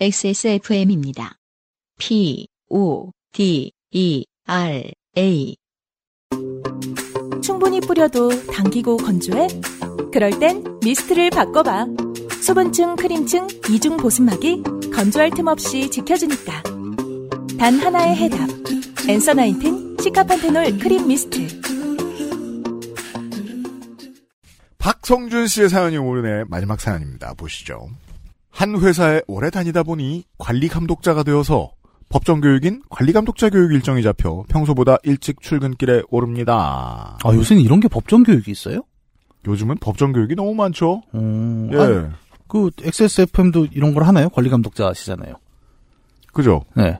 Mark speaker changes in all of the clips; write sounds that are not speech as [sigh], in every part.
Speaker 1: XSFM입니다. P, O, D, E, R, A.
Speaker 2: 충분히 뿌려도 당기고 건조해? 그럴 땐 미스트를 바꿔봐. 수분층, 크림층, 이중 보습막이 건조할 틈 없이 지켜주니까. 단 하나의 해답. 엔서 나인틴 시카판테놀 크림 미스트.
Speaker 3: 박성준 씨의 사연이 오늘의 마지막 사연입니다. 보시죠. 한 회사에 오래 다니다 보니 관리 감독자가 되어서 법정 교육인 관리 감독자 교육 일정이 잡혀 평소보다 일찍 출근길에 오릅니다.
Speaker 4: 아, 요새는 이런 게 법정 교육이 있어요?
Speaker 3: 요즘은 법정 교육이 너무 많죠.
Speaker 4: 음,
Speaker 3: 예,
Speaker 4: 아, 그 XSFM도 이런 걸 하나요? 관리 감독자시잖아요.
Speaker 3: 그죠.
Speaker 4: 네.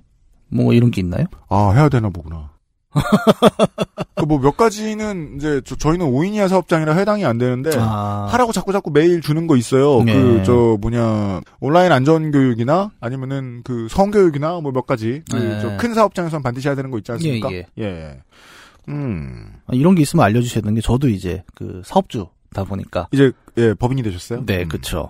Speaker 4: 뭐 이런 게 있나요?
Speaker 3: 아 해야 되나 보구나. [laughs] 그 뭐 몇 가지는 이제 저, 희는 5인 이하 사업장이라 해당이 안 되는데
Speaker 4: 아,
Speaker 3: 예. 하라고 자꾸 자꾸 메일 주는 거 있어요.
Speaker 4: 네.
Speaker 3: 그 저 뭐냐 온라인 안전 교육이나 아니면은 그 성교육이나 뭐 몇 가지
Speaker 4: 네.
Speaker 3: 그저큰 사업장에선 반드시 해야 되는 거 있지 않습니까?
Speaker 4: 예,
Speaker 3: 예. 음
Speaker 4: 아, 이런 게 있으면 알려주셔야 되는 게 저도 이제 그 사업주다 보니까.
Speaker 3: 이제 예 법인이 되셨어요?
Speaker 4: 네,
Speaker 3: 음.
Speaker 4: 그쵸.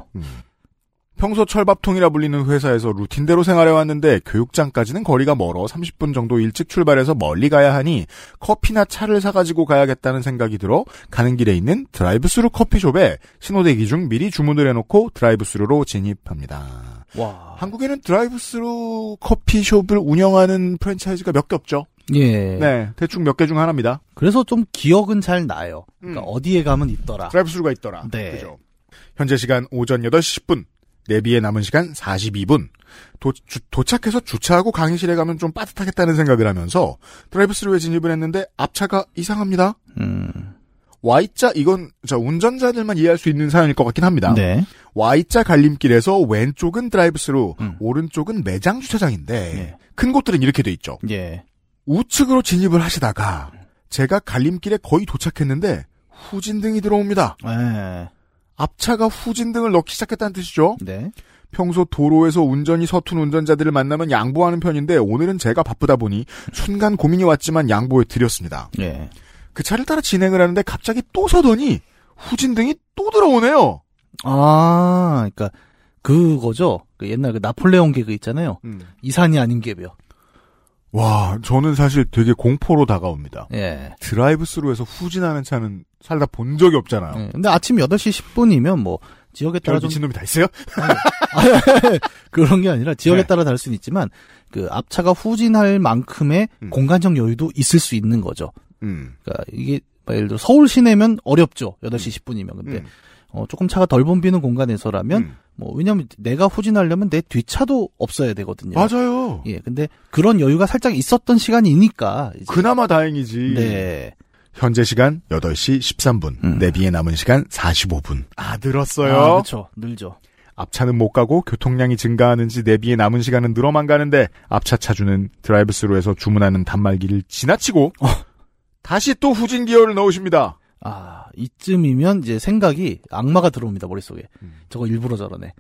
Speaker 3: 평소 철밥통이라 불리는 회사에서 루틴대로 생활해왔는데 교육장까지는 거리가 멀어 30분 정도 일찍 출발해서 멀리 가야 하니 커피나 차를 사가지고 가야겠다는 생각이 들어 가는 길에 있는 드라이브스루 커피숍에 신호대기 중 미리 주문을 해놓고 드라이브스루로 진입합니다.
Speaker 4: 와.
Speaker 3: 한국에는 드라이브스루 커피숍을 운영하는 프랜차이즈가 몇 개 없죠.
Speaker 4: 예.
Speaker 3: 네, 대충 몇 개 중 하나입니다.
Speaker 4: 그래서 좀 기억은 잘 나요. 그러니까
Speaker 3: 음.
Speaker 4: 어디에 가면 있더라.
Speaker 3: 드라이브스루가 있더라.
Speaker 4: 네.
Speaker 3: 그죠. 현재 시간 오전 8시 10분. 내비에 남은 시간 42분. 도, 착해서 주차하고 강의실에 가면 좀 빠듯하겠다는 생각을 하면서 드라이브스루에 진입을 했는데 앞차가 이상합니다.
Speaker 4: 음.
Speaker 3: Y자 이건 저 운전자들만 이해할 수 있는 사연일 것 같긴 합니다.
Speaker 4: 네.
Speaker 3: Y자 갈림길에서 왼쪽은 드라이브스루,
Speaker 4: 음.
Speaker 3: 오른쪽은 매장 주차장인데
Speaker 4: 예.
Speaker 3: 큰 곳들은 이렇게 돼 있죠.
Speaker 4: 예.
Speaker 3: 우측으로 진입을 하시다가 제가 갈림길에 거의 도착했는데 후진등이 들어옵니다.
Speaker 4: 예.
Speaker 3: 앞차가 후진등을 넣기 시작했다는 뜻이죠.
Speaker 4: 네.
Speaker 3: 평소 도로에서 운전이 서툰 운전자들을 만나면 양보하는 편인데 오늘은 제가 바쁘다 보니 순간 고민이 왔지만 양보해 드렸습니다.
Speaker 4: 예.
Speaker 3: 그 차를 따라 진행을 하는데 갑자기 또 서더니 후진등이 또 들어오네요.
Speaker 4: 아, 그러니까 그거죠. 그 옛날 그 나폴레옹 개그 있잖아요. 이산이 아닌 개벼.
Speaker 3: 와, 저는 사실 되게 공포로 다가옵니다.
Speaker 4: 예.
Speaker 3: 드라이브스루에서 후진하는 차는 살다 본 적이 없잖아요.
Speaker 4: 예. 근데 아침 8시 10분이면 뭐 지역에 따라
Speaker 3: 별
Speaker 4: 좀
Speaker 3: 미친 놈이 다 있어요?
Speaker 4: 그런 게 아니라 지역에
Speaker 3: 네.
Speaker 4: 따라 다를 수는 있지만 그 앞차가 후진할 만큼의
Speaker 3: 음.
Speaker 4: 공간적 여유도 있을 수 있는 거죠.
Speaker 3: 음.
Speaker 4: 그러니까 이게 뭐 예를 들어 서울 시내면 어렵죠. 8시 10분이면. 근데
Speaker 3: 음.
Speaker 4: 어, 조금 차가 덜 붐비는 공간에서라면
Speaker 3: 음.
Speaker 4: 뭐 왜냐면 내가 후진하려면 내 뒷차도 없어야 되거든요.
Speaker 3: 음. 맞아요.
Speaker 4: 예. 근데 그런 여유가 살짝 있었던 시간이니까 이제
Speaker 3: 그나마 다행이지.
Speaker 4: 네.
Speaker 3: 현재 시간 8시 13분.
Speaker 4: 음.
Speaker 3: 내비에 남은 시간 45분. 아, 늘었어요.
Speaker 4: 아, 그렇죠. 늘죠.
Speaker 3: 앞차는 못 가고 교통량이 증가하는지 내비에 남은 시간은 늘어만 가는데 앞차 차주는 드라이브스루에서 주문하는 단말기를 지나치고 다시 또 후진 기어를 넣으십니다.
Speaker 4: 아, 이쯤이면 이제 생각이 악마가 들어옵니다. 머릿속에.
Speaker 3: 음.
Speaker 4: 저거 일부러 저러네.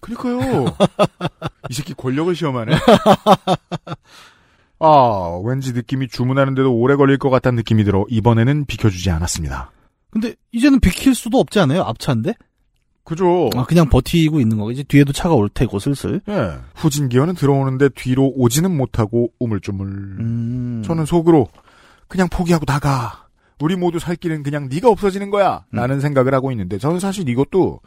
Speaker 3: 그러니까요. [laughs] 이 새끼 권력을 시험하네. 아, 왠지 느낌이 주문하는데도 오래 걸릴 것 같다는 느낌이 들어 이번에는 비켜주지 않았습니다.
Speaker 4: 근데 이제는 비킬 수도 없지 않아요? 앞차인데?
Speaker 3: 그죠?
Speaker 4: 아, 그냥 버티고 있는 거겠지. 뒤에도 차가 올 테고, 슬슬.
Speaker 3: 예. 후진 기어는 들어오는데 뒤로 오지는 못하고 우물쭈물.
Speaker 4: 음.
Speaker 3: 저는 속으로 그냥 포기하고 나가. 우리 모두 살 길은 그냥 네가 없어지는 거야.
Speaker 4: 음.
Speaker 3: 라는 생각을 하고 있는데 저는 사실 이것도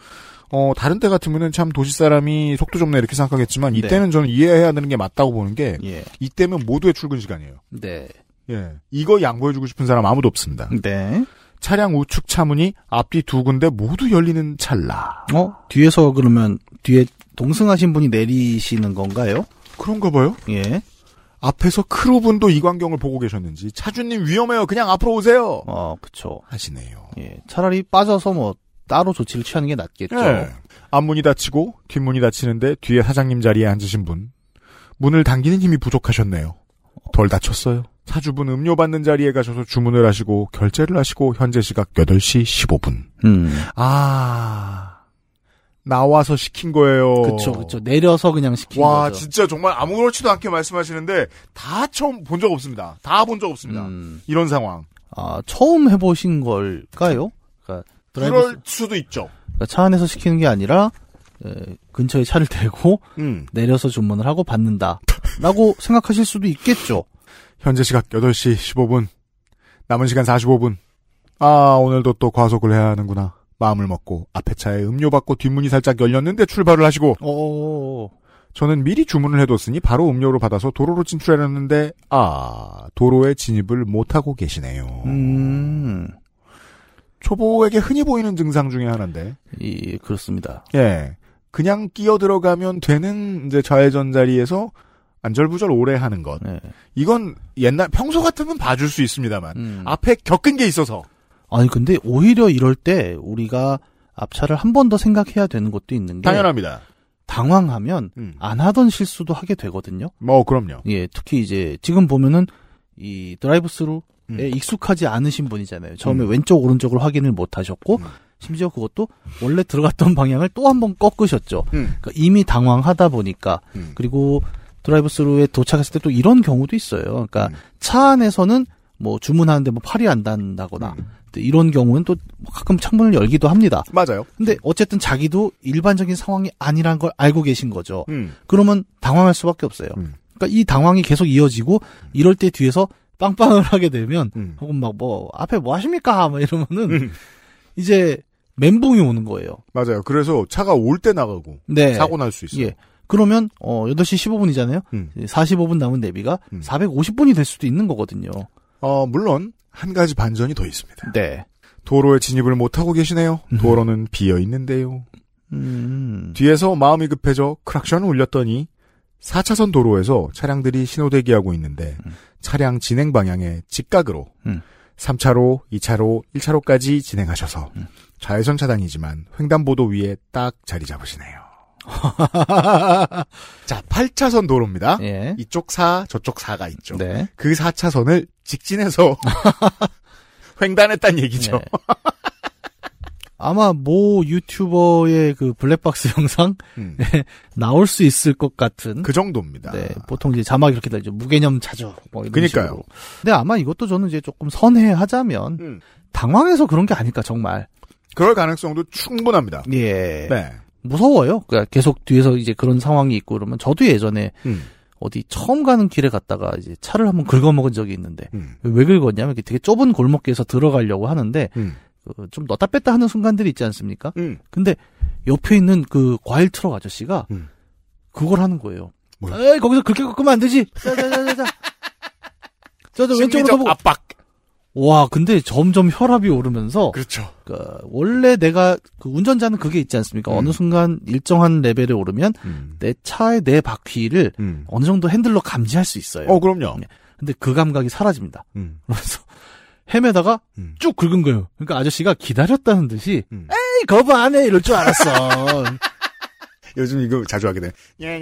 Speaker 3: 어 다른 때 같으면은 참 도시 사람이 속도 좁네 이렇게 생각하겠지만 이때는 저는 이해해야 되는 게 맞다고 보는 게
Speaker 4: 예.
Speaker 3: 이때면 모두의 출근 시간이에요.
Speaker 4: 네.
Speaker 3: 예. 이거 양보해주고 싶은 사람 아무도 없습니다.
Speaker 4: 네.
Speaker 3: 차량 우측 차문이 앞뒤 두 군데 모두 열리는 찰나.
Speaker 4: 어? 뒤에서 그러면, 뒤에 동승하신 분이 내리시는 건가요?
Speaker 3: 그런가 봐요.
Speaker 4: 예.
Speaker 3: 앞에서 크루분도 이 광경을 보고 계셨는지 차주님 위험해요. 그냥 앞으로 오세요.
Speaker 4: 어, 그쵸.
Speaker 3: 하시네요.
Speaker 4: 예. 차라리 빠져서 뭐, 따로 조치를 취하는 게 낫겠죠.
Speaker 3: 예. 앞문이 닫히고 뒷문이 닫히는데 뒤에 사장님 자리에 앉으신 분 문을 당기는 힘이 부족하셨네요. 덜 다쳤어요. 사주분 음료 받는 자리에 가셔서 주문을 하시고 결제를 하시고 현재 시각 8시 15분.
Speaker 4: 음.
Speaker 3: 아 나와서 시킨 거예요.
Speaker 4: 그쵸, 그쵸. 내려서 그냥 시키는
Speaker 3: 어. 와
Speaker 4: 거죠.
Speaker 3: 진짜 정말 아무렇지도 않게 말씀하시는데 다 처음 본 적 없습니다. 다 본 적 없습니다.
Speaker 4: 음.
Speaker 3: 이런 상황.
Speaker 4: 아, 처음 해보신 걸까요? 그러니까, 드라이브,
Speaker 3: 그럴 수도 있죠.
Speaker 4: 그러니까 차 안에서 시키는 게 아니라, 에, 근처에 차를 [laughs] 대고
Speaker 3: 음.
Speaker 4: 내려서 주문을 하고 받는다. 라고 [laughs] 생각하실 수도 있겠죠.
Speaker 3: 현재 시각 8시 15분. 남은 시간 45분. 아, 오늘도 또 과속을 해야 하는구나. 마음을 먹고 앞에 차에 음료 받고 뒷문이 살짝 열렸는데 출발을 하시고
Speaker 4: 어,
Speaker 3: 저는 미리 주문을 해뒀으니 바로 음료로 받아서 도로로 진출했는데 아 도로에 진입을 못하고 계시네요.
Speaker 4: 음,
Speaker 3: 초보에게 흔히 보이는 증상 중에 하나인데
Speaker 4: 이, 그렇습니다.
Speaker 3: 예 그냥 끼어 들어가면 되는 이제 좌회전 자리에서 안절부절 오래 하는 것
Speaker 4: 네.
Speaker 3: 이건 옛날 평소 같으면 봐줄 수 있습니다만
Speaker 4: 음.
Speaker 3: 앞에 겪은 게 있어서
Speaker 4: 아니, 근데 오히려 이럴 때 우리가 앞차를 한 번 더 생각해야 되는 것도 있는 게.
Speaker 3: 당연합니다.
Speaker 4: 당황하면
Speaker 3: 음.
Speaker 4: 안 하던 실수도 하게 되거든요.
Speaker 3: 뭐 그럼요.
Speaker 4: 예, 특히 이제 지금 보면은 이 드라이브 스루에
Speaker 3: 음.
Speaker 4: 익숙하지 않으신 분이잖아요. 처음에
Speaker 3: 음.
Speaker 4: 왼쪽 오른쪽을 확인을 못 하셨고
Speaker 3: 음.
Speaker 4: 심지어 그것도 원래 들어갔던 방향을 또 한 번 꺾으셨죠.
Speaker 3: 음.
Speaker 4: 그러니까 이미 당황하다 보니까
Speaker 3: 음.
Speaker 4: 그리고 드라이브 스루에 도착했을 때 또 이런 경우도 있어요. 그러니까
Speaker 3: 음.
Speaker 4: 차 안에서는 뭐 주문하는데 뭐 팔이 안
Speaker 3: 음.
Speaker 4: 닿는다거나 또 이런 경우는 또뭐 가끔 창문을 열기도 합니다.
Speaker 3: 맞아요.
Speaker 4: 근데 어쨌든 자기도 일반적인 상황이 아니란 걸 알고 계신 거죠.
Speaker 3: 음.
Speaker 4: 그러면 당황할 수밖에 없어요.
Speaker 3: 음.
Speaker 4: 그러니까 이 당황이 계속 이어지고 이럴 때 뒤에서 빵빵을 [laughs] 하게 되면
Speaker 3: 음.
Speaker 4: 혹은 막 뭐 앞에 뭐 하십니까 막 이러면은
Speaker 3: 음.
Speaker 4: 이제 멘붕이 오는 거예요.
Speaker 3: 맞아요. 그래서 차가 올 때 나가고
Speaker 4: 네.
Speaker 3: 사고 날 수 있어요.
Speaker 4: 예. 그러면 어 8시 15분이잖아요.
Speaker 3: 음.
Speaker 4: 45분 남은 내비가
Speaker 3: 음.
Speaker 4: 450분이 될 수도 있는 거거든요.
Speaker 3: 어, 물론 한 가지 반전이 더 있습니다.
Speaker 4: 네.
Speaker 3: 도로에 진입을 못하고 계시네요. 도로는 비어 있는데요.
Speaker 4: 음.
Speaker 3: 뒤에서 마음이 급해져 크락션을 울렸더니 4차선 도로에서 차량들이 신호 대기하고 있는데 차량 진행 방향의 직각으로
Speaker 4: 음.
Speaker 3: 3차로, 2차로, 1차로까지 진행하셔서
Speaker 4: 음.
Speaker 3: 좌회전 차단이지만 횡단보도 위에 딱 자리
Speaker 4: [laughs]
Speaker 3: 잡으시네요. 자, 8차선 도로입니다.
Speaker 4: 예.
Speaker 3: 이쪽 4, 저쪽 4가 있죠.
Speaker 4: 네.
Speaker 3: 그 4차선을
Speaker 4: [laughs]
Speaker 3: 직진해서 횡단했단 얘기죠.
Speaker 4: 네. 아마 모 유튜버의 그 블랙박스 [laughs] 영상
Speaker 3: 음,
Speaker 4: 나올 수 있을 것 같은
Speaker 3: 그 정도입니다.
Speaker 4: 네, 보통 이제 자막 이렇게 달죠. 무개념 자주. 뭐 이런
Speaker 3: 그니까요.
Speaker 4: 식으로. 근데 아마 이것도 저는 이제 조금 선회하자면
Speaker 3: 음.
Speaker 4: 당황해서 그런 게 아닐까 정말.
Speaker 3: 그럴 가능성도 충분합니다.
Speaker 4: 예.
Speaker 3: 네.
Speaker 4: 무서워요. 그러니까 계속 뒤에서 이제 그런 상황이 있고 그러면 저도 예전에
Speaker 3: 음,
Speaker 4: 어디 처음 가는 길에 갔다가 이제 차를 한번 긁어먹은 적이 있는데
Speaker 3: 음,
Speaker 4: 왜 긁었냐면 이렇게 되게 좁은 골목길에서 들어가려고 하는데
Speaker 3: 음,
Speaker 4: 그좀 넣다 뺐다 하는 순간들이 있지 않습니까?
Speaker 3: 음.
Speaker 4: 근데 옆에 있는 그 과일 트럭 아저씨가
Speaker 3: 음.
Speaker 4: 그걸 하는 거예요.
Speaker 3: 뭐요?
Speaker 4: 에이 거기서 그렇게 꺾으면 안 되지. 자자자자자. 저저 왼쪽으로
Speaker 3: 심리적
Speaker 4: 서보고.
Speaker 3: 압박.
Speaker 4: 와 근데 점점 혈압이 오르면서
Speaker 3: 그렇죠.
Speaker 4: 그러니까 원래 내가 그 운전자는 그게 있지 않습니까?
Speaker 3: 음.
Speaker 4: 어느 순간 일정한 레벨에 오르면
Speaker 3: 음,
Speaker 4: 내 차의 내 바퀴를
Speaker 3: 음.
Speaker 4: 어느 정도 핸들로 감지할 수 있어요.
Speaker 3: 어, 그럼요.
Speaker 4: 근데 그 감각이 사라집니다.
Speaker 3: 음,
Speaker 4: 그래서 헤매다가
Speaker 3: 음.
Speaker 4: 쭉 긁은 거예요. 그러니까 아저씨가 기다렸다는 듯이
Speaker 3: 음.
Speaker 4: 에이 거부 안 해 이럴
Speaker 3: [laughs]
Speaker 4: 줄 알았어.
Speaker 3: 요즘 이거 자주 하게 돼. 네,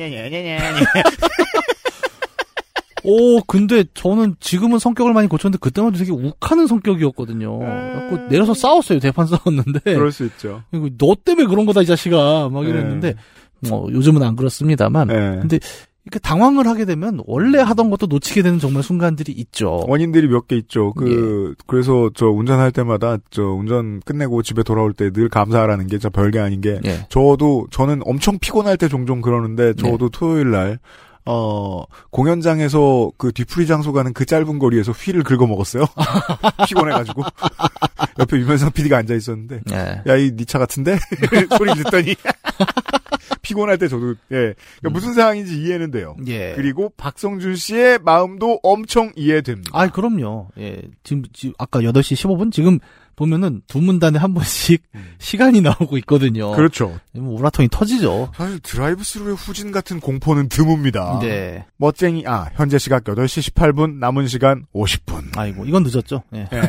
Speaker 4: 오, 근데 저는 지금은 성격을 많이 고쳤는데 그때만 되게 욱하는 성격이었거든요. 그래갖고 내려서 싸웠어요. 대판 싸웠는데.
Speaker 3: [laughs] 음. 그럴 수 있죠.
Speaker 4: 이거 너 때문에 [laughs] 그런 거다 이 자식아 막
Speaker 3: 네.
Speaker 4: 이랬는데 뭐 요즘은 안 그렇습니다만
Speaker 3: 네. 음.
Speaker 4: 근데 이렇게 당황을 하게 되면 원래 하던 것도 놓치게 되는 정말 순간들이 있죠.
Speaker 3: 원인들이 몇 개 있죠. 그 그래서 저 운전할 때마다 저 운전 끝내고 집에 돌아올 때 늘 감사하라는 게 진짜 별게 아닌 게
Speaker 4: 예.
Speaker 3: 저도 저는 엄청 피곤할 때 종종 그러는데 저도
Speaker 4: 네.
Speaker 3: 토요일 날 어, 공연장에서 그 뒤풀이 장소 가는 그 짧은 거리에서 휘를 긁어 먹었어요. [laughs] 피곤해가지고. [laughs] 옆에 유면상 PD가 앉아 있었는데,
Speaker 4: 예.
Speaker 3: 야, 이 니 차 같은데? [laughs] 소리 듣더니. [laughs] 피곤할 때 저도, 예. 그러니까
Speaker 4: 음.
Speaker 3: 무슨 상황인지 이해는 돼요.
Speaker 4: 예.
Speaker 3: 그리고 박성준 씨의 마음도 엄청 이해됩니다.
Speaker 4: 아, 그럼요. 예. 지금, 지금 아까 8시 15분 지금 보면은 두 문단에 한 번씩 [laughs] 시간이 나오고 있거든요.
Speaker 3: 음. 그렇죠.
Speaker 4: 뭐 우라통이 터지죠.
Speaker 3: 사실 드라이브 스루의 후진 같은 공포는 드뭅니다.
Speaker 4: 네.
Speaker 3: 멋쟁이, 아, 현재 시각 8시 18분, 남은 시간 50분.
Speaker 4: 아이고, 이건 늦었죠. 예.
Speaker 3: 예.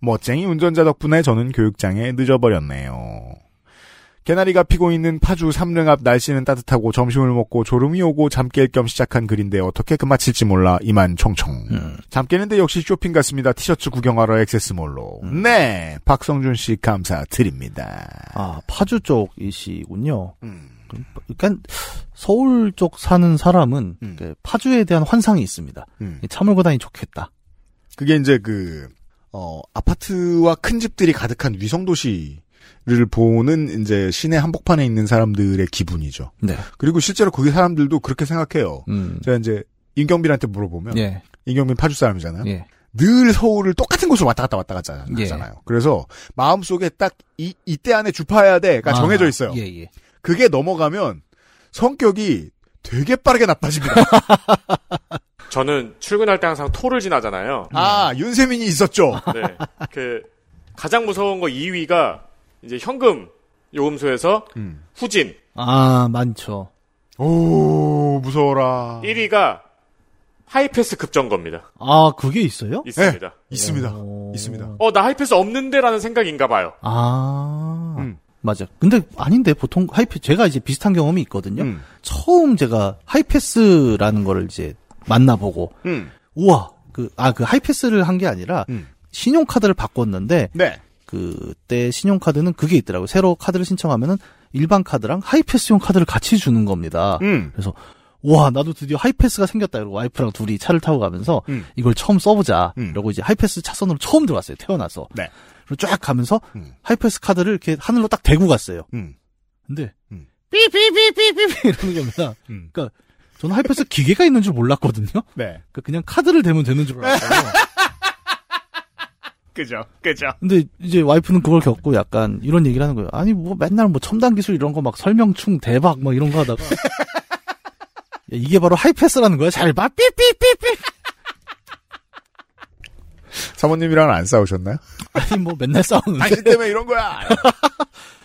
Speaker 3: 멋쟁이 운전자 덕분에 저는 교육장에 늦어버렸네요. 개나리가 피고 있는 파주 삼릉 앞 날씨는 따뜻하고 점심을 먹고 졸음이 오고 잠 깰 겸 시작한 글인데 어떻게 그마칠지 몰라 이만 청청.
Speaker 4: 음.
Speaker 3: 잠 깨는데 역시 쇼핑 같습니다. 티셔츠 구경하러 액세스몰로.
Speaker 4: 음.
Speaker 3: 네, 박성준 씨 감사드립니다.
Speaker 4: 아, 파주 쪽이시군요.
Speaker 3: 음,
Speaker 4: 그러니까 서울 쪽 사는 사람은
Speaker 3: 음.
Speaker 4: 그 파주에 대한 환상이 있습니다.
Speaker 3: 음.
Speaker 4: 이 차 몰고 다니 좋겠다.
Speaker 3: 그게 이제 그, 어, 아파트와 큰 집들이 가득한 위성도시 를 보는 이제 시내 한복판에 있는 사람들의 기분이죠.
Speaker 4: 네.
Speaker 3: 그리고 실제로 거기 사람들도 그렇게 생각해요.
Speaker 4: 음.
Speaker 3: 제가 이제 임경빈한테 물어보면
Speaker 4: 예.
Speaker 3: 임경빈 파주 사람이잖아요.
Speaker 4: 예.
Speaker 3: 늘 서울을 똑같은 곳으로 왔다 갔다 왔다 갔잖아요.
Speaker 4: 예.
Speaker 3: 그래서 마음속에 딱 이 이때 안에 주파해야 돼가
Speaker 4: 아,
Speaker 3: 그러니까 정해져 있어요.
Speaker 4: 예, 예.
Speaker 3: 그게 넘어가면 성격이 되게 빠르게
Speaker 4: [laughs]
Speaker 3: 나빠집니다.
Speaker 4: 예.
Speaker 5: 저는 출근할 때 항상 토를 지나잖아요.
Speaker 3: 아 윤세민이 있었죠.
Speaker 5: 네. 그 가장 무서운 거 2위가 이제 현금 요금소에서
Speaker 3: 음.
Speaker 5: 후진.
Speaker 4: 아, 많죠.
Speaker 3: 오 무서워라.
Speaker 5: 1위가 하이패스 급정거입니다.
Speaker 4: 아, 그게 있어요?
Speaker 5: 있습니다.
Speaker 3: 예, 네. 있습니다.
Speaker 4: 오.
Speaker 3: 있습니다.
Speaker 5: 어, 나 하이패스 없는데라는 생각인가 봐요.
Speaker 4: 아.
Speaker 3: 음.
Speaker 4: 맞아. 근데 아닌데 보통 하이패스 제가 이제 비슷한 경험이 있거든요.
Speaker 3: 음.
Speaker 4: 처음 제가 하이패스라는 거를 이제 만나보고
Speaker 3: 음.
Speaker 4: 우와 그 아 그 하이패스를 한 게 아니라
Speaker 3: 음.
Speaker 4: 신용카드를 바꿨는데
Speaker 3: 네.
Speaker 4: 그때 신용카드는 그게 있더라고요. 새로 카드를 신청하면은 일반 카드랑 하이패스용 카드를 같이 주는 겁니다.
Speaker 3: 음.
Speaker 4: 그래서 와 나도 드디어 하이패스가 생겼다. 이러고 와이프랑 둘이 차를 타고 가면서
Speaker 3: 음.
Speaker 4: 이걸 처음 써보자.
Speaker 3: 음.
Speaker 4: 이러고 이제 하이패스 차선으로 처음 들어갔어요. 태어나서.
Speaker 3: 네.
Speaker 4: 그리고 쫙 가면서
Speaker 3: 음.
Speaker 4: 하이패스 카드를 이렇게 하늘로 딱 대고 갔어요.
Speaker 3: 음.
Speaker 4: 근데
Speaker 3: 음.
Speaker 4: 삐삐삐삐삐삐 이러는 겁니다.
Speaker 3: 음.
Speaker 4: 저는 하이패스 기계가 있는 줄 몰랐거든요.
Speaker 3: 네.
Speaker 4: 그러니까 그냥 카드를 대면 되는 줄
Speaker 3: 음.
Speaker 4: 알았어요.
Speaker 3: 그죠. 그죠.
Speaker 4: 근데 이제 와이프는 그걸 겪고 약간 이런 얘기를 하는 거예요. 아니 뭐 맨날 뭐 첨단 기술 이런 거 막 설명충 대박 막 이런 거 하다가 야, 이게 바로 하이패스라는 거야. 잘 봐. 삐삐삐삐.
Speaker 3: 사모님이랑 안 싸우셨나요?
Speaker 4: 아니 뭐 맨날 싸우는데.
Speaker 3: [laughs] 당신 때문에 이런 거야.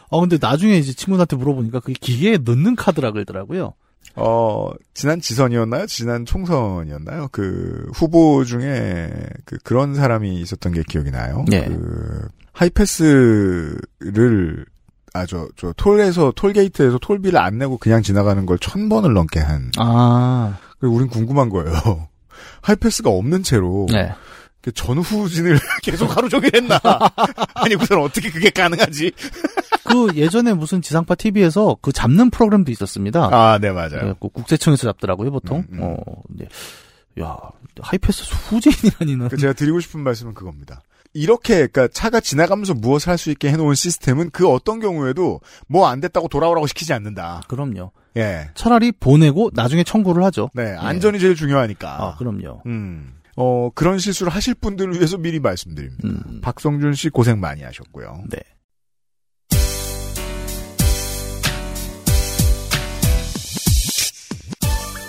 Speaker 4: 어 근데 나중에 이제 친구한테 물어보니까 그게 기계에 넣는 카드라 그러더라고요.
Speaker 3: 어, 지난 지선이었나요? 지난 총선이었나요? 그, 후보 중에, 그, 그런 사람이 있었던 게 기억이 나요.
Speaker 4: 네.
Speaker 3: 그, 하이패스를, 아, 저, 저, 톨에서, 톨게이트에서 톨비를 안 내고 그냥 지나가는 걸 천 번을 넘게 한.
Speaker 4: 아.
Speaker 3: 그리고 우린 궁금한 거예요. [laughs] 하이패스가 없는 채로.
Speaker 4: 네.
Speaker 3: 그 전후진을 [laughs] 계속 하루 종일 했나. [laughs] 아니, 우선 어떻게 그게 가능하지?
Speaker 4: 그 예전에 무슨 지상파 TV에서 그 잡는 프로그램도 있었습니다.
Speaker 3: 아, 네, 맞아요.
Speaker 4: 그래갖고 국세청에서 잡더라고요 보통.
Speaker 3: 음, 음.
Speaker 4: 어. 근데 야 하이패스 후진이라니는.
Speaker 3: 그 제가 드리고 싶은 말씀은 그겁니다. 이렇게 그러니까 차가 지나가면서 무엇을 할 수 있게 해놓은 시스템은 그 어떤 경우에도 뭐 안 됐다고 돌아오라고 시키지 않는다.
Speaker 4: 그럼요.
Speaker 3: 예,
Speaker 4: 차라리 보내고 나중에 청구를 하죠.
Speaker 3: 네 안전이 제일 중요하니까.
Speaker 4: 아, 그럼요.
Speaker 3: 음, 어 그런 실수를 하실 분들을 위해서 미리 말씀드립니다.
Speaker 4: 음.
Speaker 3: 박성준 씨 고생 많이 하셨고요.
Speaker 4: 네.